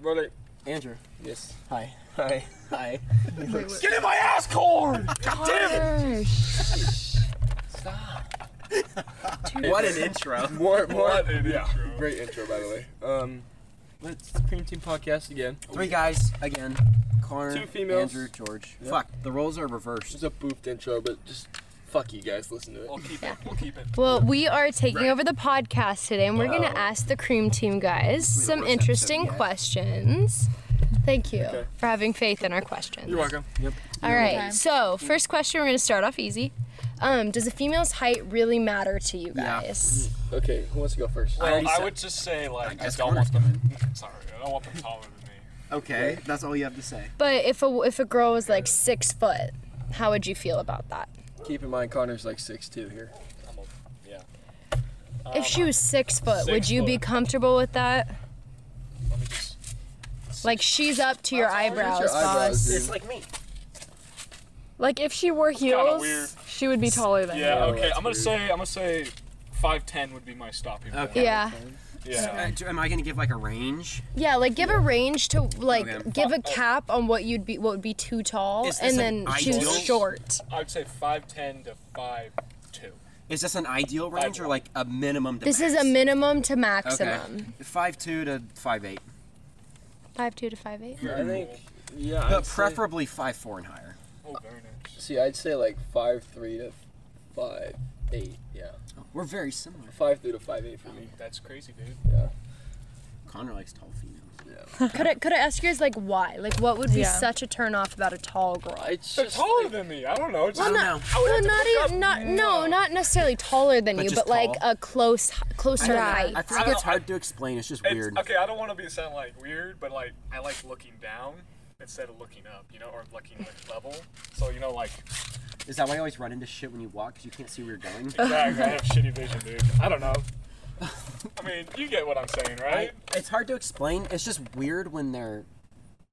Roll it. Andrew, Yes. hi. Hi. Hi. Get in my ass, corn! God damn What an intro. it! More, more. yeah. Great intro, by the way. Um, let's Cream Team Podcast again. Three guys again. Connor, Two females. Andrew, George. Yep. Fuck, the roles are reversed. It's a boofed intro, but just fuck you guys. Listen to it. We'll keep it. We'll keep it. Well, we are taking Right. over the podcast today, and we're going to ask the cream team guys This will be the some worst episode interesting yet. questions. Thank you Okay. for having faith in our questions. You're welcome. All right. Okay. So, first question, we're going to start off easy. Um, does a female's height really matter to you Yeah. guys? Okay, who wants to go first? I already Well, Um, I said- would just say like I, guess don't Connor's want them. Sorry, I don't want them taller than me. Okay, that's all you have to say. But if a if a girl was like six foot, how would you feel about that? Keep in mind, Connor's like 6'2 here. if she was six foot, would six you be foot. comfortable with that? Let me just. Like she's up to your eyebrows, Your eyebrows, boss. dude. like me. Like if she wore kinda heels, weird. she would be taller than. Yeah. Yeah, okay. that's I'm gonna weird. say. I'm gonna say. Five ten would be my stopping. point. Okay. Yeah. Yeah. Uh, am I gonna give like a range? Yeah, like give a range to like Okay. give a cap on what you'd be what would be too tall Is this and an then choose ideal? short. I'd say five ten to five two. Is this an ideal range or like a minimum? To This is a max? minimum to maximum. Okay. Five two to five eight, Five two to five eight. I think, yeah. but I'd say- preferably five four and higher. Oh, very nice. See, I'd say like 5'3 to 5'8. Yeah. We're very similar. 5'3 to 5'8 for me. That's crazy, dude. Connor likes tall females. could I could I ask you guys like why? Like what would be Yeah. such a turn off about a tall girl? It's They're just taller than me. I don't know. It's I just, don't know. would No, have to not look even, up not more. no, not necessarily taller than But you, just but like tall. a close closer height. I I think don't- it's hard to explain. It's just It's- weird. okay, I don't want to be sound like weird, but like I like looking down instead of looking up, you know, or looking like level. So you know, like Is that why you always run into shit when you walk? Cause you can't see where you're going. exactly, I have shitty vision, dude. I don't know. I mean, you get what I'm saying, right? It's hard to explain. It's just weird when they're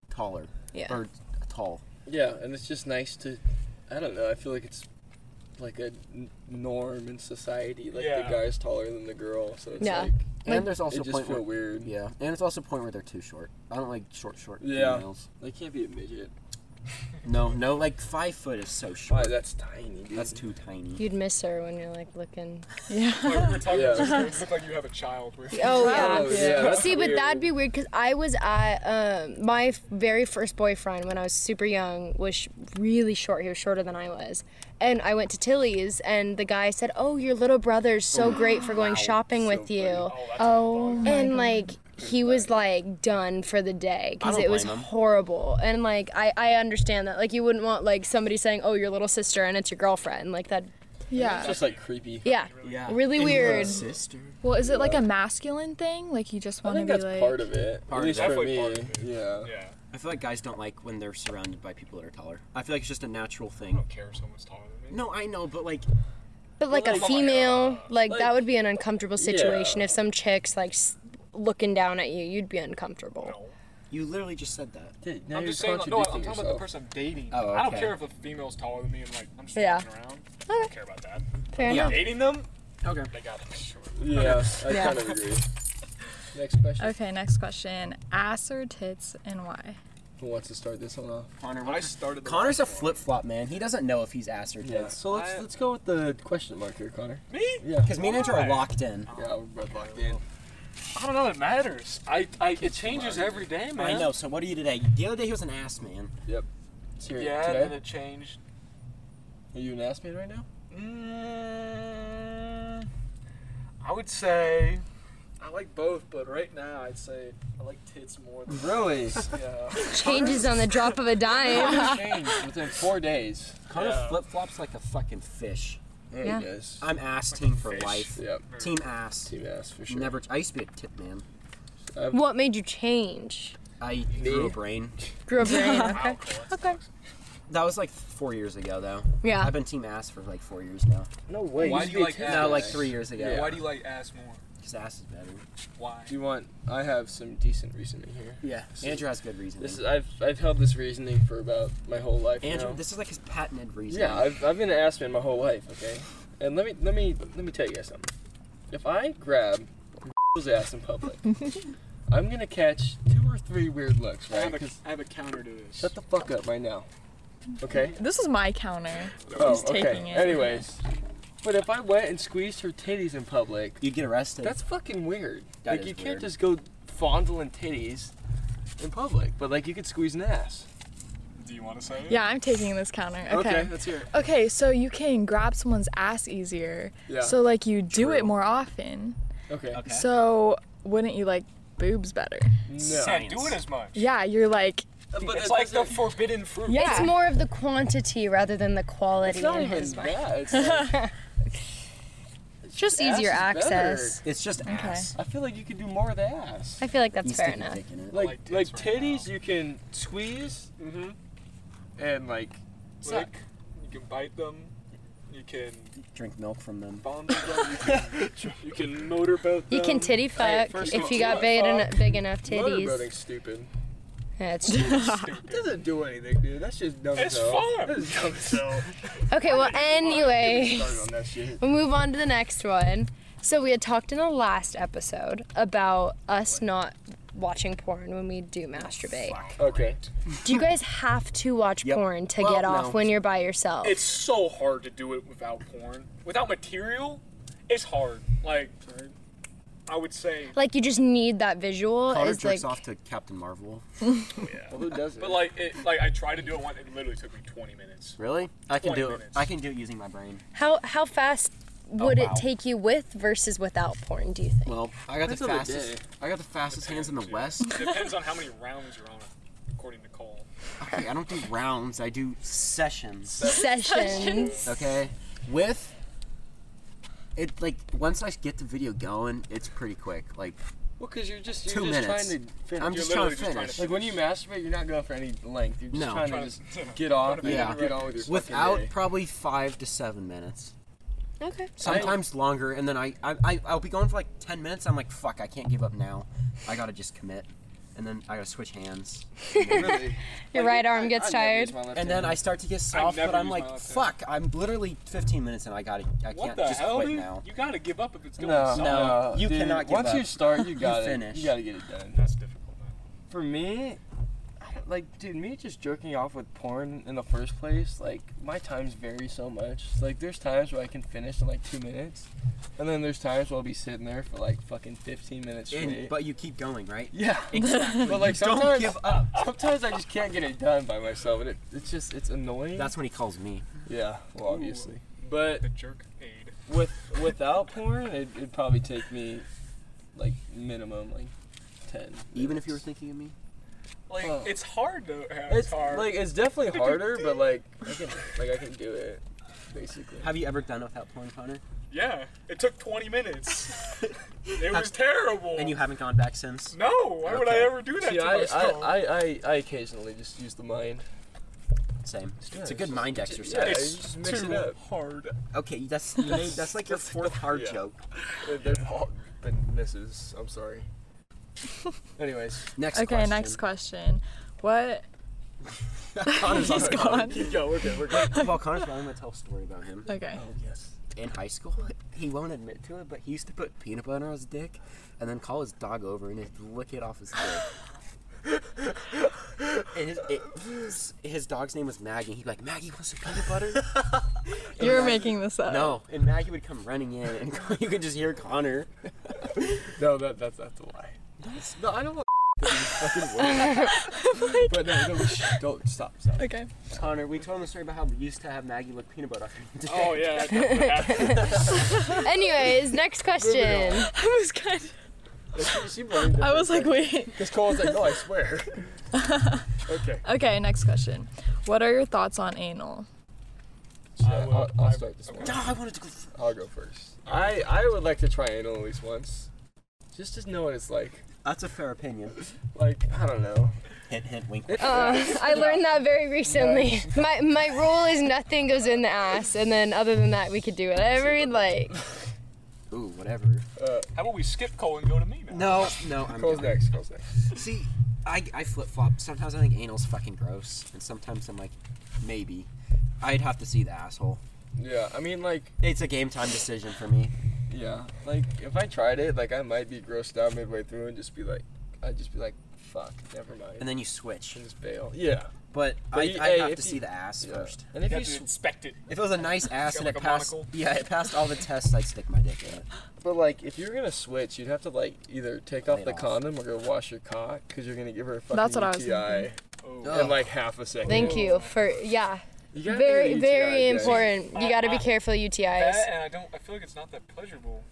taller. Yeah. Or tall. Yeah, and it's just nice to. I don't know. I feel like it's like a n- norm in society. Like Yeah. the guy's taller than the girl, so it's Yeah. like and there's also it a just point feel where weird. yeah, and it's also a point where they're too short. I don't like short, short Yeah. females. They can't be a midget. No, no, like five foot is so Why? short. That's tiny, dude. That's too tiny. You'd miss her when you're like looking. Like, we were talking Yeah. about this, you look like you have a child. With Oh Oh, yeah. yeah, that's See, but weird. that'd be weird because I was at um, my f- very first boyfriend when I was super young was sh- really short. He was shorter than I was, and I went to Tilly's, and the guy said, "Oh, your little brother's so great for going shopping with you," Oh, my and like he was like done for the day because don't it was blame him. horrible. And like I I understand that like you wouldn't want like somebody saying, "Oh, your little sister," and it's your girlfriend. Like that. It's Yeah. just like creepy. Yeah. Yeah. Really weird. Sister. Well, is it like a masculine thing? Like you just I want to think be that's like. part of it. Part At of least it. for Definitely me. part of it. Oh. Yeah. yeah. I feel like guys don't like when they're surrounded by people that are taller. I feel like it's just a natural I thing. don't care if someone's taller than me. No, I know, but like But like a Like- female, like, Like- that would be an uncomfortable situation Yeah. if some chicks like s- looking down at you, you'd be uncomfortable. No. you literally just said that. Dude, now I'm you're just saying, like, no, I'm talking contradicting about the yourself. person I'm dating. Oh, I don't okay. care if a female's taller than me and like I'm just Yeah. walking around. I don't care about that. Fair Yeah. enough. Dating them, Okay. they got to be short. Yeah, I Yeah. kind of agree. Next question. Okay, next question. Ass or tits and why? Who wants to start this one off? Connor. I what- started. The Connor's a last one. flip flop man. He doesn't know if he's ass or Yeah. tits. So let's I- let's go with the question mark here, Connor. Me? Yeah. Because me and Andrew are Why? locked in. Yeah, we're both locked in. I don't know. It matters. I, I it changes every day, man. I know. So what are you today? The other day he was an ass man. Serious, Yeah, and then today? it changed. Are you an ass man right now? Mm, I would say I like both, but right now I'd say I like tits more than Really? yeah. Changes on the drop of a dime. changed within four days. Connor Yeah. flip flops like a fucking fish. There Yeah. he goes. I'm ass team for fish. life. Yep. Team ass. Team ass for sure. Never. I used to be a tit man. what made you change? I grew Me? a brain. Grew a brain. Okay. Okay. That was like four years ago though. Yeah. I've been team ass for like four years now. No way. Why do you like No, like three years ago. Why do you like ass more? Because ass is better. Why? Do you want? I have some decent reasoning here. Yeah. Andrew has good reasoning. This is, I've I've held this reasoning for about my whole life. Andrew, now. this is like his patented reason. Yeah, I've, I've been an ass man my whole life. Okay, and let me let me let me tell you guys something. If I grab his ass in public, I'm gonna catch two were three weird looks, I right? have, a, 'Cause- I have a counter to this. shut the fuck up right now. Okay. This is my counter. Oh, He's okay. taking it. Anyways, but if I went and squeezed her titties in public, You'd get arrested. that's fucking weird. That like is you can't weird. just go fondling titties in public, but like you could squeeze an ass. Do you want to say it? Yeah, I'm taking this counter. Okay. let's hear it. Okay, so you can grab someone's ass easier. Yeah. So like you do True. it more often. Okay. Uh, okay. So wouldn't you like boobs better? No. Can't do it as much. Yeah, you're like But It's like the forbidden fruit. yeah. It's more of the quantity rather than the quality It's not in even his mind. that. It's like, It's just ass easier is access. It's just ass. I feel like you could do more of the ass. I feel like that's You fair stick your enough. dick in it. like like like dicks right titties you can squeeze and like Mm-hmm. suck. Lick. You can bite them. You can Drink milk from them. bond them. You can, you can motorboat them. You can titty Um, Hey, fuck first of if you all, uh, got titty big, fuck. en- big enough Motorboating's titties. stupid. Yeah, it's- It doesn't do anything, dude. That's just dumb. It's as hell. fun. That's dumb as hell. okay, well, Get me anyway, started on that shit. we'll move on to the next one. So, we had talked in the last episode about us not watching porn when we do masturbate. Okay. Do you guys have to watch Yep. porn to Well, get off no. when you're by yourself? It's so hard to do it without porn. Without material, it's hard. Like, I would say, like, you just need that visual. Connor Is like, jerks off to Captain Marvel. Well, who does it? but like, it, like I tried to do it once. It literally took me 20 minutes. Really? I can 20 do it. minutes. I can do it using my brain. how, how fast would Oh, wow. it take you with versus without porn, do you think? Well, I got Depends the on the fastest. day. I got the fastest hands in the west. Depends on how many rounds you're on, according to Cole. Okay, I don't do rounds. I do sessions. Sessions. Okay, with it like once I get the video going, it's pretty quick. Like well, because you're just you're Two just minutes. trying to finish. I'm You're just trying to literally just trying finish. Like when you masturbate, you're not going for any length. You're just No. trying to Trying just to- get off and Yeah. get on with your fucking Without day. probably five to seven minutes, Okay. sometimes longer, and then I, I I I'll be going for like ten minutes. I'm like, fuck, I can't give up now. I gotta just commit, and then I gotta switch hands, Really. Your Like, right arm I- gets I never use tired. my left and then I hand. start to get soft, never but I'm used like, my left fuck, I'm literally 15 minutes, and I gotta I What can't the just hell, quit dude? now. You gotta give up if it's doing no, something. no, You dude, cannot give Once you up. start, you got it. finish. You got to get it done. That's difficult. Man. For me, I don't- like, dude, me just jerking off with porn in the first place, like, my times vary so much. Like, there's times where I can finish in like two minutes, and then there's times where I'll be sitting there for like fucking 15 minutes And- straight. but you keep going, right? yeah, Exactly. but like You don't sometimes, give up. sometimes I just can't get it done by myself, and it, it's just it's annoying. That's when he calls me. yeah, well, obviously. But The jerk aid. with without porn, it, it'd probably take me like minimum like 10. Even if you were minutes. thinking of me. Like, Oh. it's hard though. It's, It's hard. like it's definitely harder, but like I can like I can do it, basically. Have you ever done without porn, Connor? yeah, it took 20 minutes. it was terrible. And you haven't gone back since? No, why would I Okay. ever do that See, to I, I, myself? I, I, I occasionally just use the mind. Same. Yeah, it's a it's good just- mind it's- exercise. yeah. it's just mix it too up. hard. Okay, that's you made, that's like your fourth hard yeah. joke. They've all been misses. I'm sorry. Anyways, Next Okay, question. next question. What Connor's he's gone. yo, we're good. We're good. Well, Connor's probably gonna tell a story about him. Okay. yes. In high school, he won't admit to it, but he used to put peanut butter on his dick, and then call his dog over and he'd lick it off his dick. and his, it, his, his dog's name was Maggie. He'd be like, Maggie wants some peanut butter. You're making this up. no, and Maggie would come running in, and you could just hear Connor. No, that that's that's a lie. No, I don't want. but no, no, shh, don't stop, stop. Okay. Connor, we told him the story about how we used to have Maggie lick peanut butter. Oh yeah, that definitely happened. Anyways, next question. I was kind of, She, she blamed I was like, wait. because Cole's like, no, I swear. okay. Okay, next question. What are your thoughts on anal? Yeah, will- I'll, I'll start this one. I wanted to go. f- I'll go first. I I would like to try anal at least once, just to know what it's like. That's a fair opinion. Like I don't know. Hint, hint, wink. Uh, I learned that very recently. My my rule is nothing goes in the ass, and then other than that, we could do whatever we'd like. Ooh, whatever. How about we skip Cole and go to me now? No, no, I'm Cole's good. Uh, next. Cole's next. See, I, I flip flop. Sometimes I think anal's fucking gross, and sometimes I'm like, maybe. I'd have to see the asshole. Yeah, I mean like It's a game time decision for me. yeah, like if I tried it, like I might be grossed out midway through and just be like, I'd just be like, fuck, never mind. and then you switch. And just bail. Yeah. But, I, you- I hey, have if to you- see the ass yeah. first. And if You you, have to sw- inspect it. If it was a nice ass got and like it a passed, monocle. yeah, it passed all the tests, I'd stick my dick in it. but like, if you're gonna switch, you'd have to like either take off Lay it the off. condom or go wash your cock because you're gonna give her a fucking That's what I was UTI in Oh. Ugh. like half a second. Thank you for yeah. You gotta Very do the UTI, very guys. important. You got to be careful UTIs. That, and I don't. I feel like it's not that pleasurable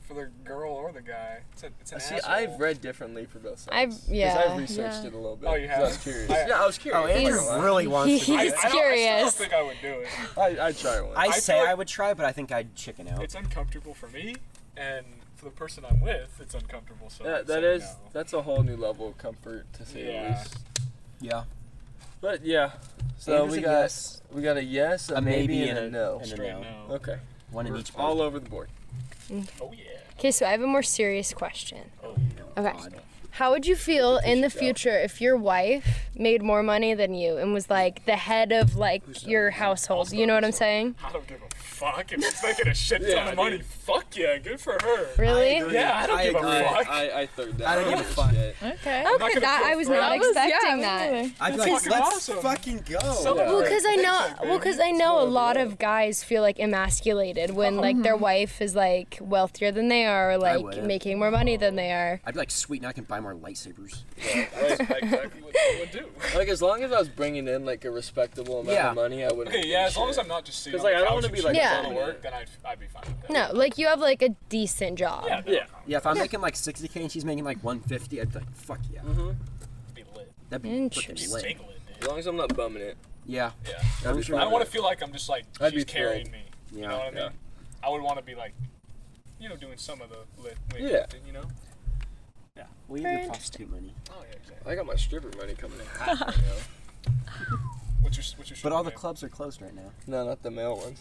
for the girl or the guy. It's, a, it's an See, asshole. I've read differently for both sides. I've- 'Cause yeah. I've researched Yeah. it a little bit. Oh, you 'cause I was have? curious. I- yeah, I was Oh, curious. Andrew really wants to. do He's it. I don't, I still curious. think I would do it. I, I try one. I I say feel- I would try, but I think I'd chicken out. It's uncomfortable for me, and for the person I'm with, it's uncomfortable. So Yeah, I'd that say is no. that's a whole new level of comfort to say the Yeah. least. Yeah. But yeah, so Andrew's we a got yes, we got a yes, a, maybe, and, a, no. and a Straight no. no. Okay, One in We're each. all over the board. Oh yeah. Okay, so I have a more serious question. Okay. God. How would you feel in the should go. future if your wife made more money than you and was like the head of like your household? You know what I'm saying? I don't give a fuck if she's making a shit ton Yeah, of money. dude. Fuck yeah, good for her. Really? agree. Yeah, I don't I give agree. a fuck. I, I, I third that. I don't give a fuck. Shit. Okay. not Okay, gonna that feel I was threatened. not That expecting that. I'd be like, That's fucking let's awesome. fucking go. So- Yeah. Well, because I know, Thanks, well, because I know a lot of guys feel like emasculated when like their wife is like wealthier than they are, or like would. making more money than they are. I'd be like, sweet, now I can buy more lightsabers. Like, exactly what I would do. like, as long as I was bringing in like a respectable amount Yeah. of money, I wouldn't. Okay, give yeah, a as long as shit. I'm not just sitting 'Cause, on like, the I don't couch wanna and be, like, shit Yeah. going to dominant. work, then I'd, I'd be fine with that. No, like you have like a decent job. Yeah, Yeah. yeah. Yeah, if I'm making like 60k and she's making like 150, I'd be like, fuck yeah. Mm-hmm. Be lit. That'd be Interesting. freaking lit. Jingling, dude. As long as I'm not bumming it. Yeah. Yeah. That'd be sure. I fun. don't want to feel like I'm just like I'd she's be carrying thrilled. me. You Yeah. know what I mean? Yeah. I would want to be like, you know, doing some of the lit, weight Yeah. lifting, you know? We have your prostitute money. Oh yeah, exactly. I got my stripper money coming in hot right What's your what's your But stripper all the name? clubs are closed right now. now. No, not the male ones.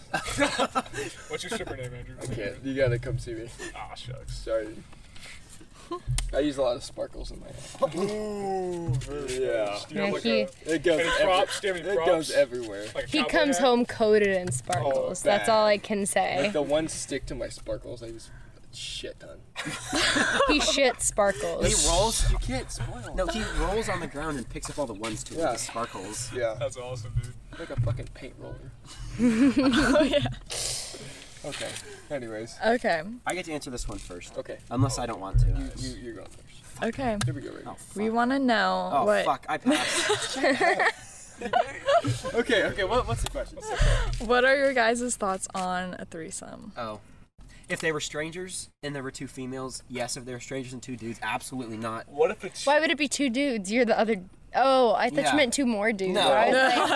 What's your stripper name, Andrew? I can't. You gotta come see me. Ah shucks. Sorry. I use a lot of sparkles in my hair. yeah. Do you have Yeah, like he- a, It goes. any every- props? Do you have any it props? goes everywhere. Like a He cowboy comes hat? home coated in sparkles. That's bad. all I can say. Like the Eh. one stick to my sparkles, I use a shit ton. he shit sparkles. He rolls. You can't spoil. No, he rolls on the ground and picks up all the ones too. Yeah. It just sparkles. Yeah, That's awesome, dude. like a fucking paint roller. Oh, yeah. Okay. Anyways. Okay. I get to answer this one first, Okay. unless I don't want to. You, you you're going first. Okay. Here we go. Right. Oh, We fuck. want to know Oh what fuck! I passed. Okay. Okay. What, what's the question? what are your guys' thoughts on a threesome? oh, if they were strangers and there were two females, yes. If they were strangers and two dudes, absolutely not. What if it's Why would it be two dudes? You're the other. Oh, I thought Yeah. you meant two more dudes. No. I was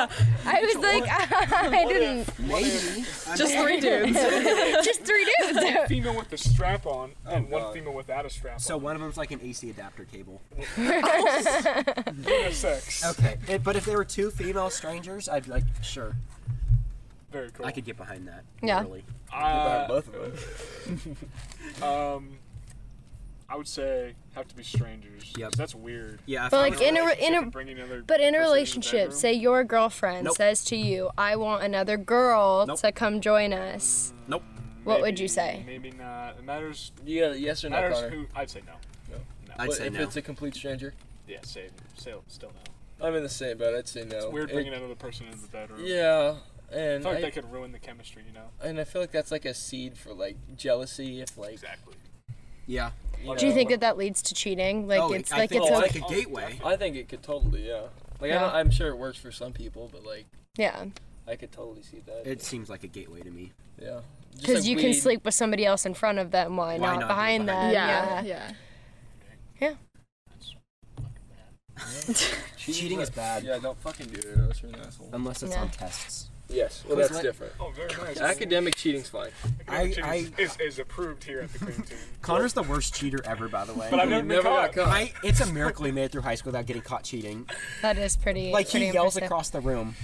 like, I, was like, I didn't. Maybe. Just three dudes. Just three dudes. female with the strap on and one God. female without a strap Oh, So on? one of them's like an AC adapter cable. So sex. Okay. It, but if there were two female strangers, I'd be like, sure, Very cool. I could get behind that. Yeah. Literally. Uh, both of them. um, I would say have to be strangers. 'cause Yep. That's weird. Yeah. if But I like was- in a re- in a And bringing another but in a person the relationship, bedroom. say your girlfriend Nope. says to you, "I want another girl Nope. to come join us." nope. What would Maybe- you say? Maybe not. It matters. You got a yes or no, Matters Connor. who. I'd say no. I'd But say if no. it's a complete stranger, Yeah, say, say still no. I'm in the same boat. I'd say no. It's weird It- bringing another person into the bedroom. Yeah. I And feel like I, that could ruin the chemistry, you know? and I feel like that's like a seed for like jealousy. If like Exactly. yeah. you Do you know, think that that leads to cheating? Like oh, it's I like think it's it's a like a Oh, gateway. I think it could totally yeah. Like Yeah. I don't, I'm sure it works for some people, but like yeah, I could totally see that. It seems like a gateway to me. yeah. Just because like you weed. can sleep with somebody else in front of them. Why Why, not, not be behind them? behind Uh, yeah. Yeah. Cheating is bad. Yeah, don't fucking do it. Or else you're an asshole. Um, Unless it's Yeah. on tests. Yes, well Quiz that's what? different. Oh, very nice. Academic cheating's fine. I, Cheating I, is, is approved here at the Green Team. Connor's the worst cheater ever, by the way. But I've You never, been never got caught. caught. I, it's a miracle he made it through high school without getting caught cheating. That is pretty. Like pretty he yells impressive. across the room.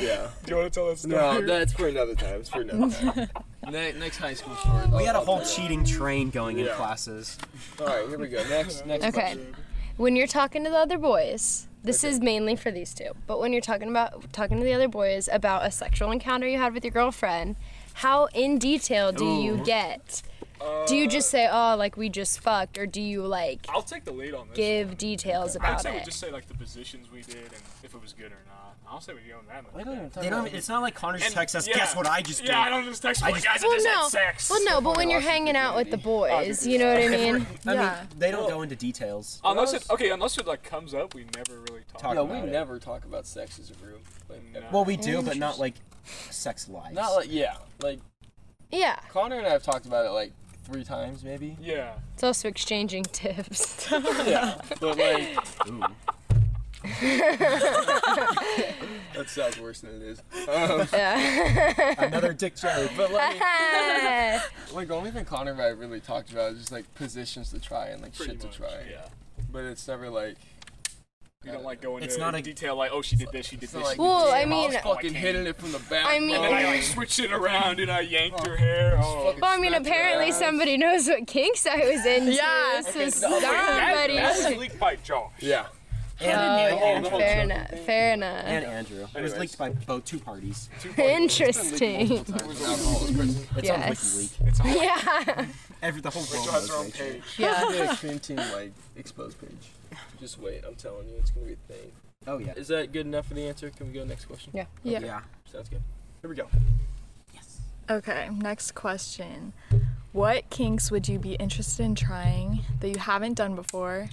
Yeah. Do you want to tell us? No, that's for another time. It's for another time. Ne- next high school story. We had a whole cheating train going in Yeah. classes. All right, here we go. Next, next. Okay. When you're talking to the other boys, this is mainly for these two. But when you're talking about talking to the other boys about a sexual encounter you had with your girlfriend, how in detail do you get? do you just say, "Oh, like we just fucked," or do you like I'll take the lead on this. give details I'd about say we it? just say like the positions we did and if it was good or not. I'll say we go on that. I One. don't even talk They don't. about It's not like Connor just And- texts us. yeah. Guess what I just did. Yeah, I don't just text I you, like, just- guys. I well, just no. had sex. Well, no, but when you're Washington, hanging out with the boys, Obviously. you know what I mean? I Yeah. mean, they don't Well- go into details. Unless it okay, unless it like comes up, we never really talk. Talk about Yeah, about we it. never talk about sex as a group. Like, No. ever. Well, we do, but not like sex lives. not like yeah, like Yeah. Connor and I have talked about it like three times maybe. Yeah. It's also exchanging tips. Yeah, but like Ooh. that sounds worse than it is. Um, another dick joke. but like, yeah. like the only thing Connor and I really talked about is just like positions to try and like Pretty shit much, to try. yeah. But it's never like. We don't like going It's into not a- detail like, oh, she did this, she did It's this. not like she did Well, this. I damn, mean- was fucking hitting it from the back. I mean- bro. And I like switched it around and I yanked her hair. Oh, Fucking Well, I mean, snatched her apparently ass. somebody knows what kinks I was into. Yeah. so Okay, so- that, somebody. that was leaked by Josh. Yeah. And, Oh, and, yeah, fair enough. Fair enough. and Andrew. It was Anyways. leaked by both two parties. Interesting. It's Yes. on WikiLeak. It's all Yeah. Every the whole world Josh has knows her own Rachel. page. Yeah. Yeah, cream team like exposed page. Just wait, I'm telling you, it's gonna be a thing. Oh yeah. Is that good enough for the answer? Can we go next question? Yeah. Yeah. Yeah. Sounds good. Here we go. Okay, next question. What kinks would you be interested in trying that you haven't done before?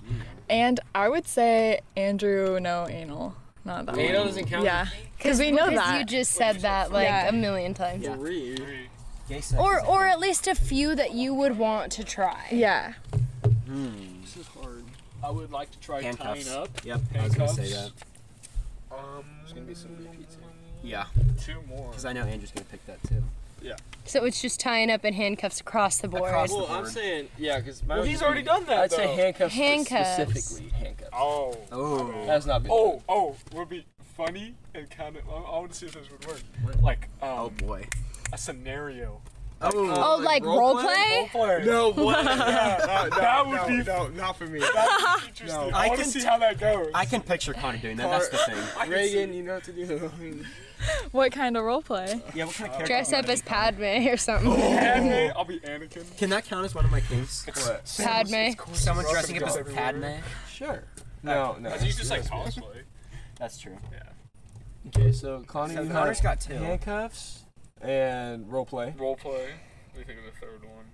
And I would say Andrew, no anal. Not that Anal one. doesn't count. Yeah, because we know Because you that. just said that like Yeah. a million times. Yeah. Three. Gay sex. Or, is- or at least a few that you would want to try. Yeah. This is hard. I would like to try handcuffs. tying up. Yep. I was gonna say that. Handcuffs. Um, There's gonna be some repeats here. Yeah. two more. Because I know Andrew's gonna pick that too. So it's just tying up in handcuffs across the board. Across- Well, the I'm board. saying yeah, because Well, he's already done that. I'd say though. handcuffs, Handcuffs. specifically handcuffs. Oh. Oh. That's not been. Oh, oh, would be funny and kind of. I, I want to see if this would work. Like, um, Oh boy. a scenario. Oh. oh, like role, play? No what? no, no, That would no, be- no, not for me. Interesting. I, I want to can see t- how that goes. I can picture Connor doing that. That's the thing. Reagan, you know what to do. What kind of role play? Yeah. What kind of character? Dress you up wanna as be? Padme or something. Padme, I'll be Anakin. Can that count as one of my kinks? what? Padme. Someone dressing up as Everywhere. Padme. Sure. No, no. That's usually just like cosplay. That's true. Okay, so Connie, So you Connor's have got two. handcuffs and role play. Role play. What do you think of the third one?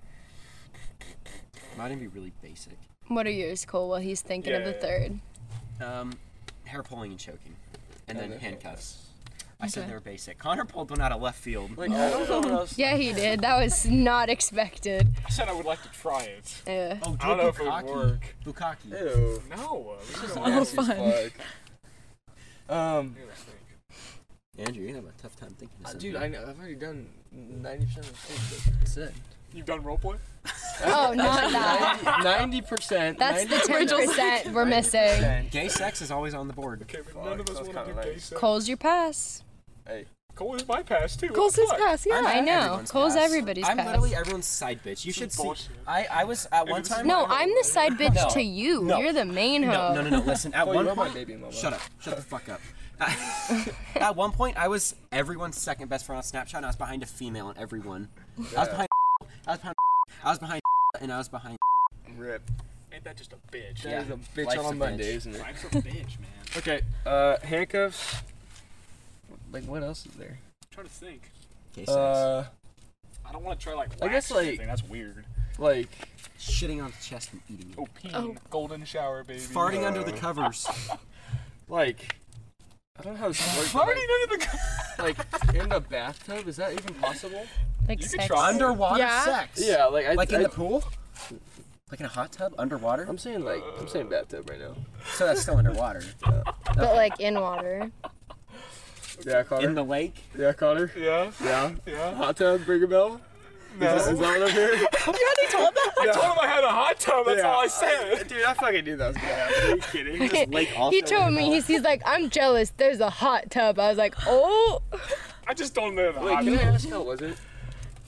Might even be really basic. What are yours, Cole? While he's thinking of the Yeah. third. Um, hair pulling and choking, and then then handcuffs. I said Okay. they were basic. Connor pulled one out of left field. Like I don't know what else. Yeah, he did. That was not expected. I said I would like to try it. Yeah. oh, I don't know if it would work. Bukkake. Ew. No. uh, we Oh, don't- Nasty as fun. fuck. Um, we don't think. Andrew, you're gonna have a tough time thinking of uh, something. dude, I know, I've already done ninety percent of the things. That's it. You've done role play? Oh, not that. Ninety percent. That's the 10% we're missing. And gay sex is always on the board. Okay, but Fuck, none of that us was want to do kinda gay nice. sex. Cole's your pass. Cole is my pass too. what Cole's the his fuck? pass. Yeah. I know. everyone's Cole's pass. everybody's I'm pass. literally everyone's side bitch. You should is see. bullshit. I, I was at one time. No, I- I'm the side bitch No. to you. No. You're the main No, hoe. no, no, no. Listen, at Oh, one you know my point. baby mama. Shut up. Shut the fuck up. at one point, I was everyone's second best friend on Snapchat, and I was behind a female on everyone. I was behind. I was behind. I was behind. And I was behind. Rip. Ain't that just a bitch? That Yeah. is a bitch Life's a on bitch. a Monday, isn't it? Life's a bitch, man. I'm Okay. Uh, handcuffs. Like what else is there? trying to think. Gay sex. Uh, I don't want to try like. I wax guess, or like- anything, That's weird. like Shitting on the chest and eating it. Oh, peen. Oh. Golden shower, baby. Uh, Farting under the covers. like. I don't know how this works. but, Farting under the. co- Like, like in the bathtub, is that even possible? Like You could sex. try. Underwater Yeah. sex. Yeah, like I Like in I- the pool? Like in a hot tub? Underwater? I'm saying like I'm saying bathtub right now. So that's still underwater. But like in water. Yeah, Connor. In the lake? yeah, Connor. Yeah. Yeah. Yeah. Hot tub, bring a bell. No. Is that what I'm hearing? I told him I had a hot tub. That's Yeah. all I said. Dude, I fucking knew that was gonna happen. Are you kidding? Lake He told me he's, he's like, I'm jealous. There's a hot tub. I was like, oh. I just don't know the Wait, hot can I tub. ask how was it?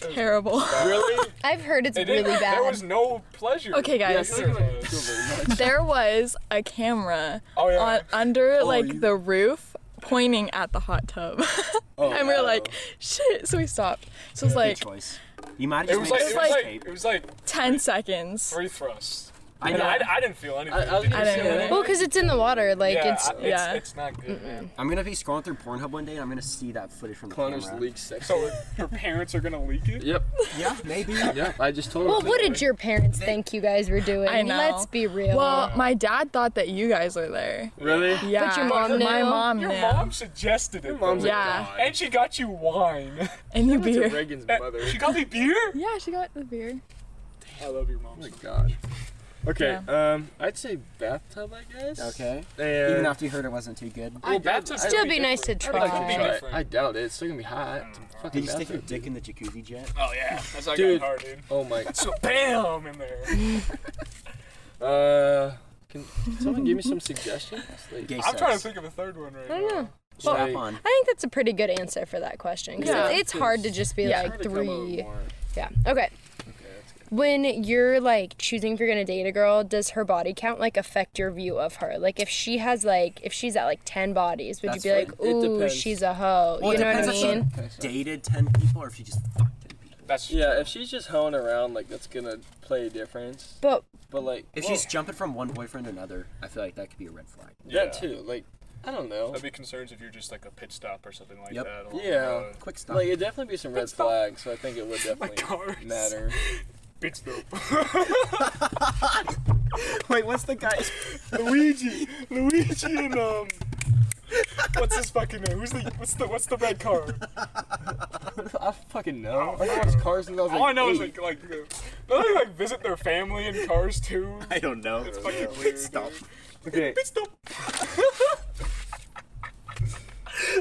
Terrible. Really? I've heard it's It really didn't- bad. There was no pleasure. Okay, Yeah, guys. I feel like it was very much. there was a camera Oh yeah. on under like you- the roof pointing at the hot tub. Oh, and we were wow. like, shit. So we stopped. So it's like, choice. You might have It just was made like a it It's was like- like it was like 10 seconds. three thrusts. I And know. I, I didn't feel anything. I, I was I gonna didn't say, really- like, Well, because it's in the water. Like yeah, it's. I- it's, yeah. it's not good. Man. I'm gonna be scrolling through Pornhub one day and I'm gonna see that footage from the Connor's camera. leaked sex. So your parents are gonna leak it. Yep. Yeah, maybe. Yep. I just told Well, him. what did your parents think you guys were doing? I know. Let's be real. Well, my dad thought that you guys were there. Really? Yeah. your mom My knew? mom Your knew. mom suggested it. Your mom's yeah. and she got you wine. and you To beer. Reagan's mother. she got me beer. Yeah, she got the beer. I love your mom. Oh my god. Okay, um, I'd say bathtub, I guess. Okay. And Even after you heard it wasn't too good. well, bathtub. I'd still be Mm. nice to I'd like try. be Try it. different. I doubt it. It's still gonna be hot. It's a fucking Did you stick your bathtub. dick in the jacuzzi jet? Oh yeah, that's not Dude. getting hard, dude. Oh my. So bam in there. Uh, can someone give me some suggestions? Like, Gay I'm sex. trying to think of a third one right I now. don't know. Strap Like- on. I think that's a pretty good answer for that question because Yeah. it's, it's hard to just be Yeah. like Try to come up with three. more. Yeah. Okay. When you're like choosing if you're gonna date a girl, does her body count like affect your view of her? Like if she has like if she's at like ten bodies, would That's you be like, fair. It ooh, depends. she's a hoe? Well, it you know what I depends if she- mean? Dated 10 people or if you just fucked 10 people? That's Yeah, if she's just hoeing around, like that's gonna play a difference. But But like, If she's jumping from one boyfriend to another, I feel like that could be a red flag. yeah. that too, like, I don't know. That'd be concerns if you're just like a pit stop or something like Yep. that. uh, along the Yeah. road. Quick stop. Like, it'd definitely be some red flags. So I think it would cars. definitely matter. Pit stop. Wait, what's the guy? Luigi, Luigi, and um, what's his fucking name? Who's the what's the what's the red car? I fucking know. I watched Cars and I was like, All I know is eight. like like uh, don't they like visit their family in cars too? I don't know. It's fucking weird. stop. dude. okay. Pit stop.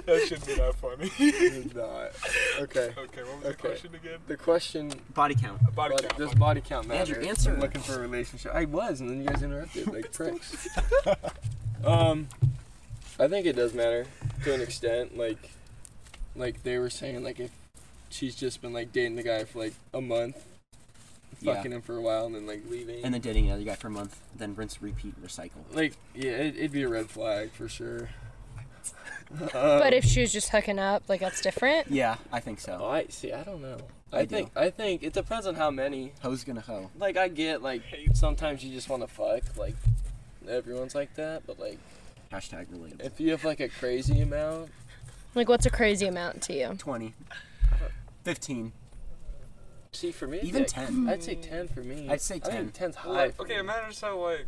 that shit's not funny. It's not. Okay. okay, what was the Okay. question again? The question Body count. Body body, count. does body count matter? Andrew, answer. I'm looking for a relationship. I was, and then you guys interrupted like pricks. um, I think it does matter to an extent. Like, like they were saying, like if she's just been like dating the guy for like a month, Yeah. fucking him for a while, and then like leaving. And then dating another guy for a month, then rinse, repeat, recycle. like, yeah, it, it'd be a red flag for sure. but if she was just hooking up, like that's different. Yeah, I think Oh, so. I see. I don't know. I, I do. think. I think it depends on how many. Hoe's gonna hoe. Like I get like sometimes you just want to fuck. Like everyone's like that, but like Hashtag related. if you have like a crazy amount, Like what's a crazy amount to you? 20. 15. see for me it'd be, Even like, 10. I'd say ten for me. I'd say I think 10. ten's high. Well, like, for okay, me. it matters how like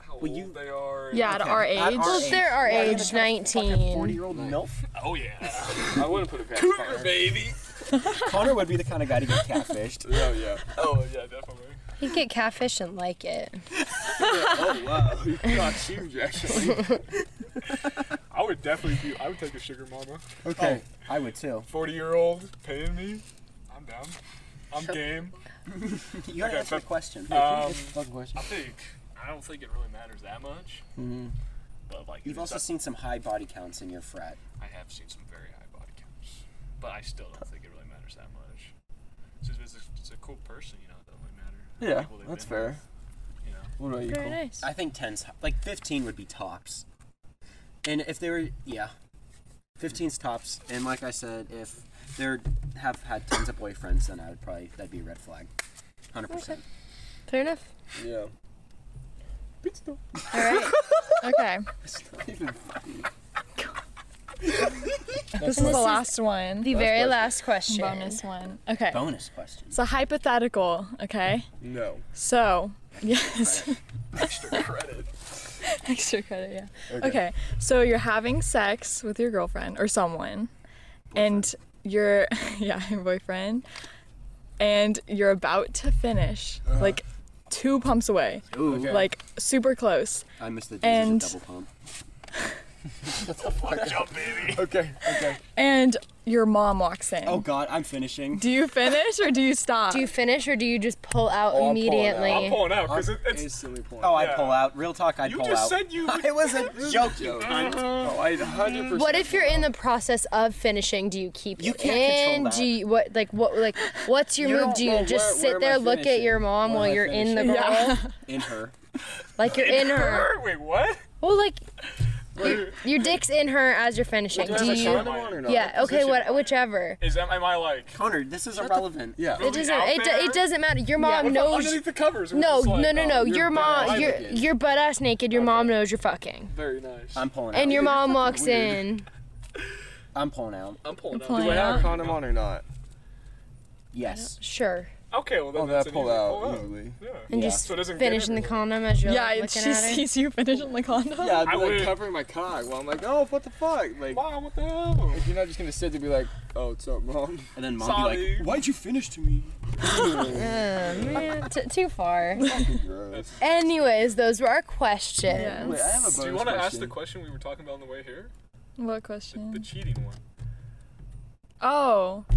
how Well, old you- they are. and- Yeah, at Okay. our At age. Well, if they're our Yeah, age, nineteen. 40 year old Like- MILF? Oh yeah. I wouldn't put it past Cougar Connor. baby. Connor would be the kind of guy to get catfished. Oh yeah. Oh yeah, definitely. You get catfish and like it. Oh wow. You got huge actually. I would definitely be. I would take a sugar mama. Okay. Oh, I would too. Forty year old paying me. I'm down. I'm game. You gotta Okay, answer a but- question. Um, Fucking question. I think I don't think it really matters that much. Mhm. But like, You've it's- also seen some high body counts in your frat. I have seen some very high body counts, but I still don't think it really matters that much. It's, just, it's, a, it's a cool person, you know. It doesn't really matter. The Yeah, people they've that's been with, fair. you know. What about you? Very Cole? nice. I think 10's h- like 15 would be tops. And if they were, yeah, 15's tops. And like I said, if they have had tons of boyfriends, then I would probably that'd be a red flag. 100%. Okay. Fair enough. Yeah. All right. Okay. This is the last one. The very last question. bonus one. Okay. Bonus question. It's a hypothetical, okay? No. So, yes. Extra credit. Extra credit, yeah. Okay. So you're having sex with your girlfriend or someone, and you're, yeah, your boyfriend, and you're about to finish, like two pumps away, Ooh, Uh-huh. Okay. like super close. I missed the And- and double pump. Okay. Okay. And your mom walks in. Oh god, I'm finishing. Do you finish or do you stop? Do you finish or do you just pull out Oh, I'm pulling immediately? out. I'm pulling out because I'm it, it's. instantly pulling. Oh, Yeah. I'd pull out. Real talk, I'd you pull just out. said you. it was a joke. joke. Oh, I 100%. What if you're in the process of finishing? Do you keep You it can't in? control that. Do you what like what like what's your You move? don't Do you know where- where just sit am there, I look at your finishing? mom Where while am I you're in the girl, yeah. In her. like you're in her? Wait, what? Well, like Your, your dick's in her as you're finishing. Do I Do have a you? condom on or not? Yeah. Okay. position? What? Whichever. Is am, am I like? Connor, this is irrelevant. Yeah. It Really doesn't. out It, do- there? it doesn't matter. Your mom What if I'm knows. underneath the covers. and No, it's like, no, no, no. oh, Your mom, butt-ass your naked. your butt ass naked. Your mom knows you're fucking, Very nice. I'm pulling out. and your mom walks in. I'm pulling out. I'm pulling out. Do I Pulling have out. a condom on or not? Yes. Sure, Okay, well then Oh, that's that an pull easy out pull-out. easily. Yeah. and just So it doesn't get finishing the everywhere. condom as you're Yeah, like, and looking she at her. sees you finishing the condom. Yeah, I'd be I like would- covering my cock while I'm like, oh, what the fuck? Like, Mom, what the hell? like, you're not just gonna sit there and be like, oh, it's up, mom. And then mom be Sorry. like, "Why'd you finish to me?" Ugh, man, t- too far. Gross. Anyways, those were our questions. Yes. Wait, I have a Do you bonus want to ask the question. question we were talking about on the way here? What The, the question? cheating one. Oh, Do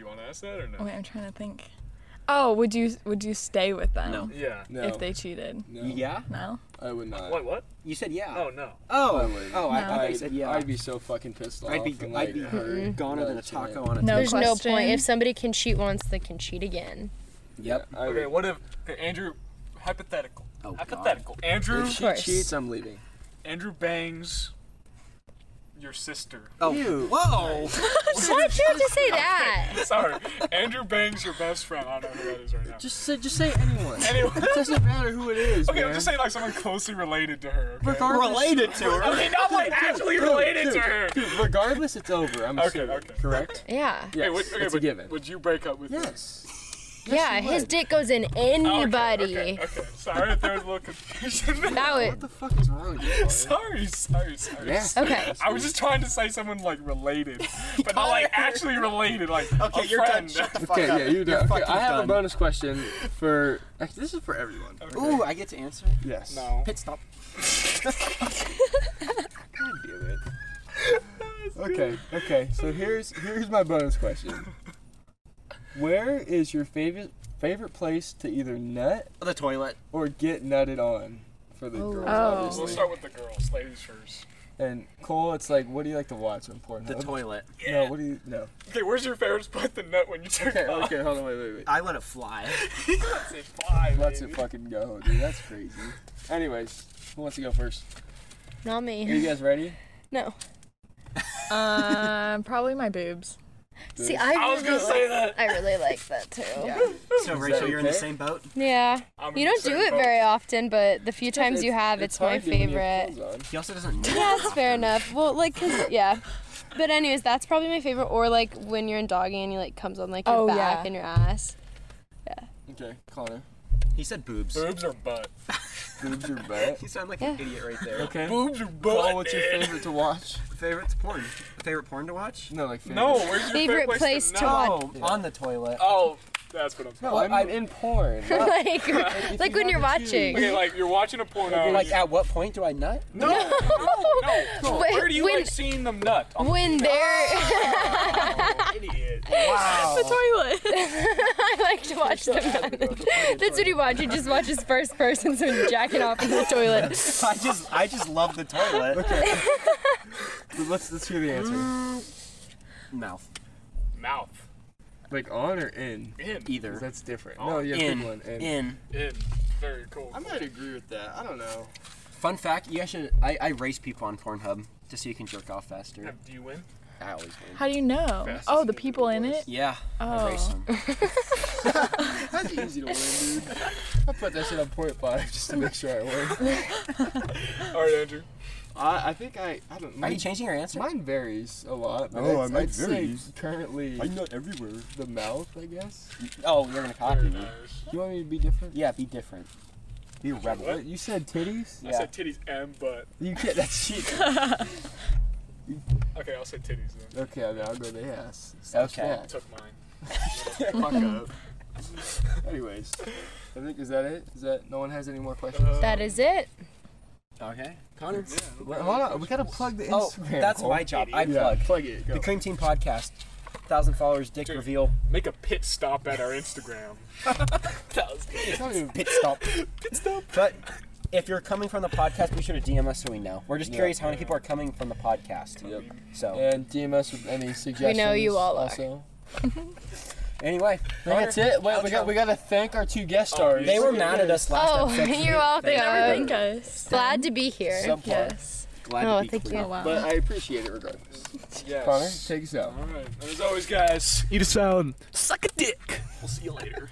you want to ask that or no? wait, I'm trying to think. Oh, would you would you stay with them No. Yeah. No. if they cheated? no, Yeah. No. I would not. What? What? You said yeah. Oh no. Oh, I would. oh, I No. thought I'd, you said yeah. I'd be so fucking pissed off. I'd be, and, I'd like, be hurt. goner than a Like, shit. taco on a No. There's no point. question. If somebody can cheat once, they can cheat again. Yep. I Okay, would. what if okay, Andrew? Hypothetical. Oh, God. hypothetical. Andrew. If she course. cheats, I'm leaving. Andrew bangs your sister. Oh. Ew. Whoa. Why did you have to say that? Sorry, Andrew bangs your best friend. I don't know who that is right now. Just say, just say anyone. it Anyway, doesn't matter who it is, okay, man. I'm just saying like someone closely related to her. Okay, Regardless, Related to her. okay not like actually Dude, related dude, to her. Dude, regardless, it's over. I'm Okay, assuming, okay. Correct? Yeah. Yes, would, okay, it's but a given. Would you break up with? her? yes. yeah, his dick goes in Oh, okay, anybody. Okay, okay. Sorry if there was a little confusion. there. That What would. the fuck is wrong with you? Connor? sorry, sorry, sorry. Yeah. Okay. I was just trying to say someone like related, but not like actually related. Like Okay, a you're done. friend. Shut the fuck Okay, up. yeah, you do. Okay, fucking I have done. a bonus question for. Actually, this is for everyone. Ooh, I get to answer. Yes. No. Pit stop. God damn it. Okay, okay. So here's here's my bonus question. Where is your favorite favorite place to either nut The toilet. or get nutted on for the girls, Oh. We'll obviously? start with the girls, ladies first. And Cole, it's like, what do you like to watch on Pornhub? The toilet. No, what do you no? Okay, where's your favorite spot? The nut when you took Okay, off. okay, hold on, wait, wait, wait. I let it fly. That's it. Bye, Let's it baby. fucking go, dude. That's crazy. Anyways, who wants to go first? Not Are you me. guys ready? No. Um, probably my boobs. See, I, really I was gonna like, say that. I really like that too. Yeah. So that Rachel, you're in the okay? same boat. I'm You in the don't do same it boat. very often, but the few times you It's- have, it's my hard giving you favorite. clothes on. He also doesn't. Yeah, it's fair enough. Well, like, 'cause- yeah. But anyways, that's probably my favorite. Or like when you're in doggy and you like comes on like your Oh, back yeah. and your ass. Okay, Connor. He said boobs. Boobs or butt? Boobs or butt? You sound like an Yeah. idiot right there. Okay. Boobs or butt? Cole, what's your favorite to watch? Favorite porn. Favorite porn to watch? No, like favorite. No, where's your Favorite favorite place to nut? watch- Oh, on the toilet. Oh, that's what I'm. No, I'm, I'm in porn. Not- like, like when had to you're choose- watching. Okay, like you're watching a porno. Like, at what point do I nut? no, no, no. Wait, Where do you when- like seeing them nut? I'm When they're, an idiot. Wow. Toilet. I like to watch them. That's what he watches. He just watches first person, so he's jacking off in the toilet. I just, I just love the toilet. Okay. let's let's hear the answer. Mouth. Mouth. Like on or in? In. Either. That's different. No, yeah, in, pick one. Oh, In. in. In. Very cool. I might agree with that. I don't know. Fun fact, you guys should. I, I race people on Pornhub just so you can jerk off faster. Have- Do you win? I always win. How do you know? Fastest Oh, the moving people in voice. it. Yeah, I race Oh, them. That's easy to win, dude. I put that shit on point five just to make sure I win. All right, Andrew. I, I think I I don't. Are you changing your answer? Mine varies a lot. But Oh, I'd, mine I'd say varies. currently I'm not everywhere. the mouth, I guess. Oh, you're gonna copy Very me. nice. You want me to be different? Yeah, be different. Be a rebel. What? Wait, You said titties. I said titties and butt. You can't. That's cheating. Okay, I'll say titties then. okay, I mean, I'll go to the ass. Okay. Yeah. Took mine. Fuck up. Anyways, I think is that it. Is that no one has any more questions? That is it. Okay. Connor. Wait, hold on, we gotta plug the Oh, Instagram. that's Cole. my job. I Yeah, plug. plug it. Go. The Cream Team Podcast. Thousand followers, dick Dude. reveal. Make a pit stop at our Instagram. that was good. It's not even- Pit stop. Pit stop. But if you're coming from the podcast, be sure to DM us so we know. We're just curious how many people are coming from the podcast. Yep. So And DM us with any suggestions. you all are. Also, Anyway, That's it. Wait, we got we got to thank our two guest stars. Oh, They were mad at us last Oh, episode. you're welcome. Thank us. Glad to be here. Subpar. Yes. Glad Oh, to be thank clear. Oh wow. But I appreciate it regardless. Yes. Connor, take us out. All right. And as always, guys, eat a sound. Suck a dick. We'll see you later.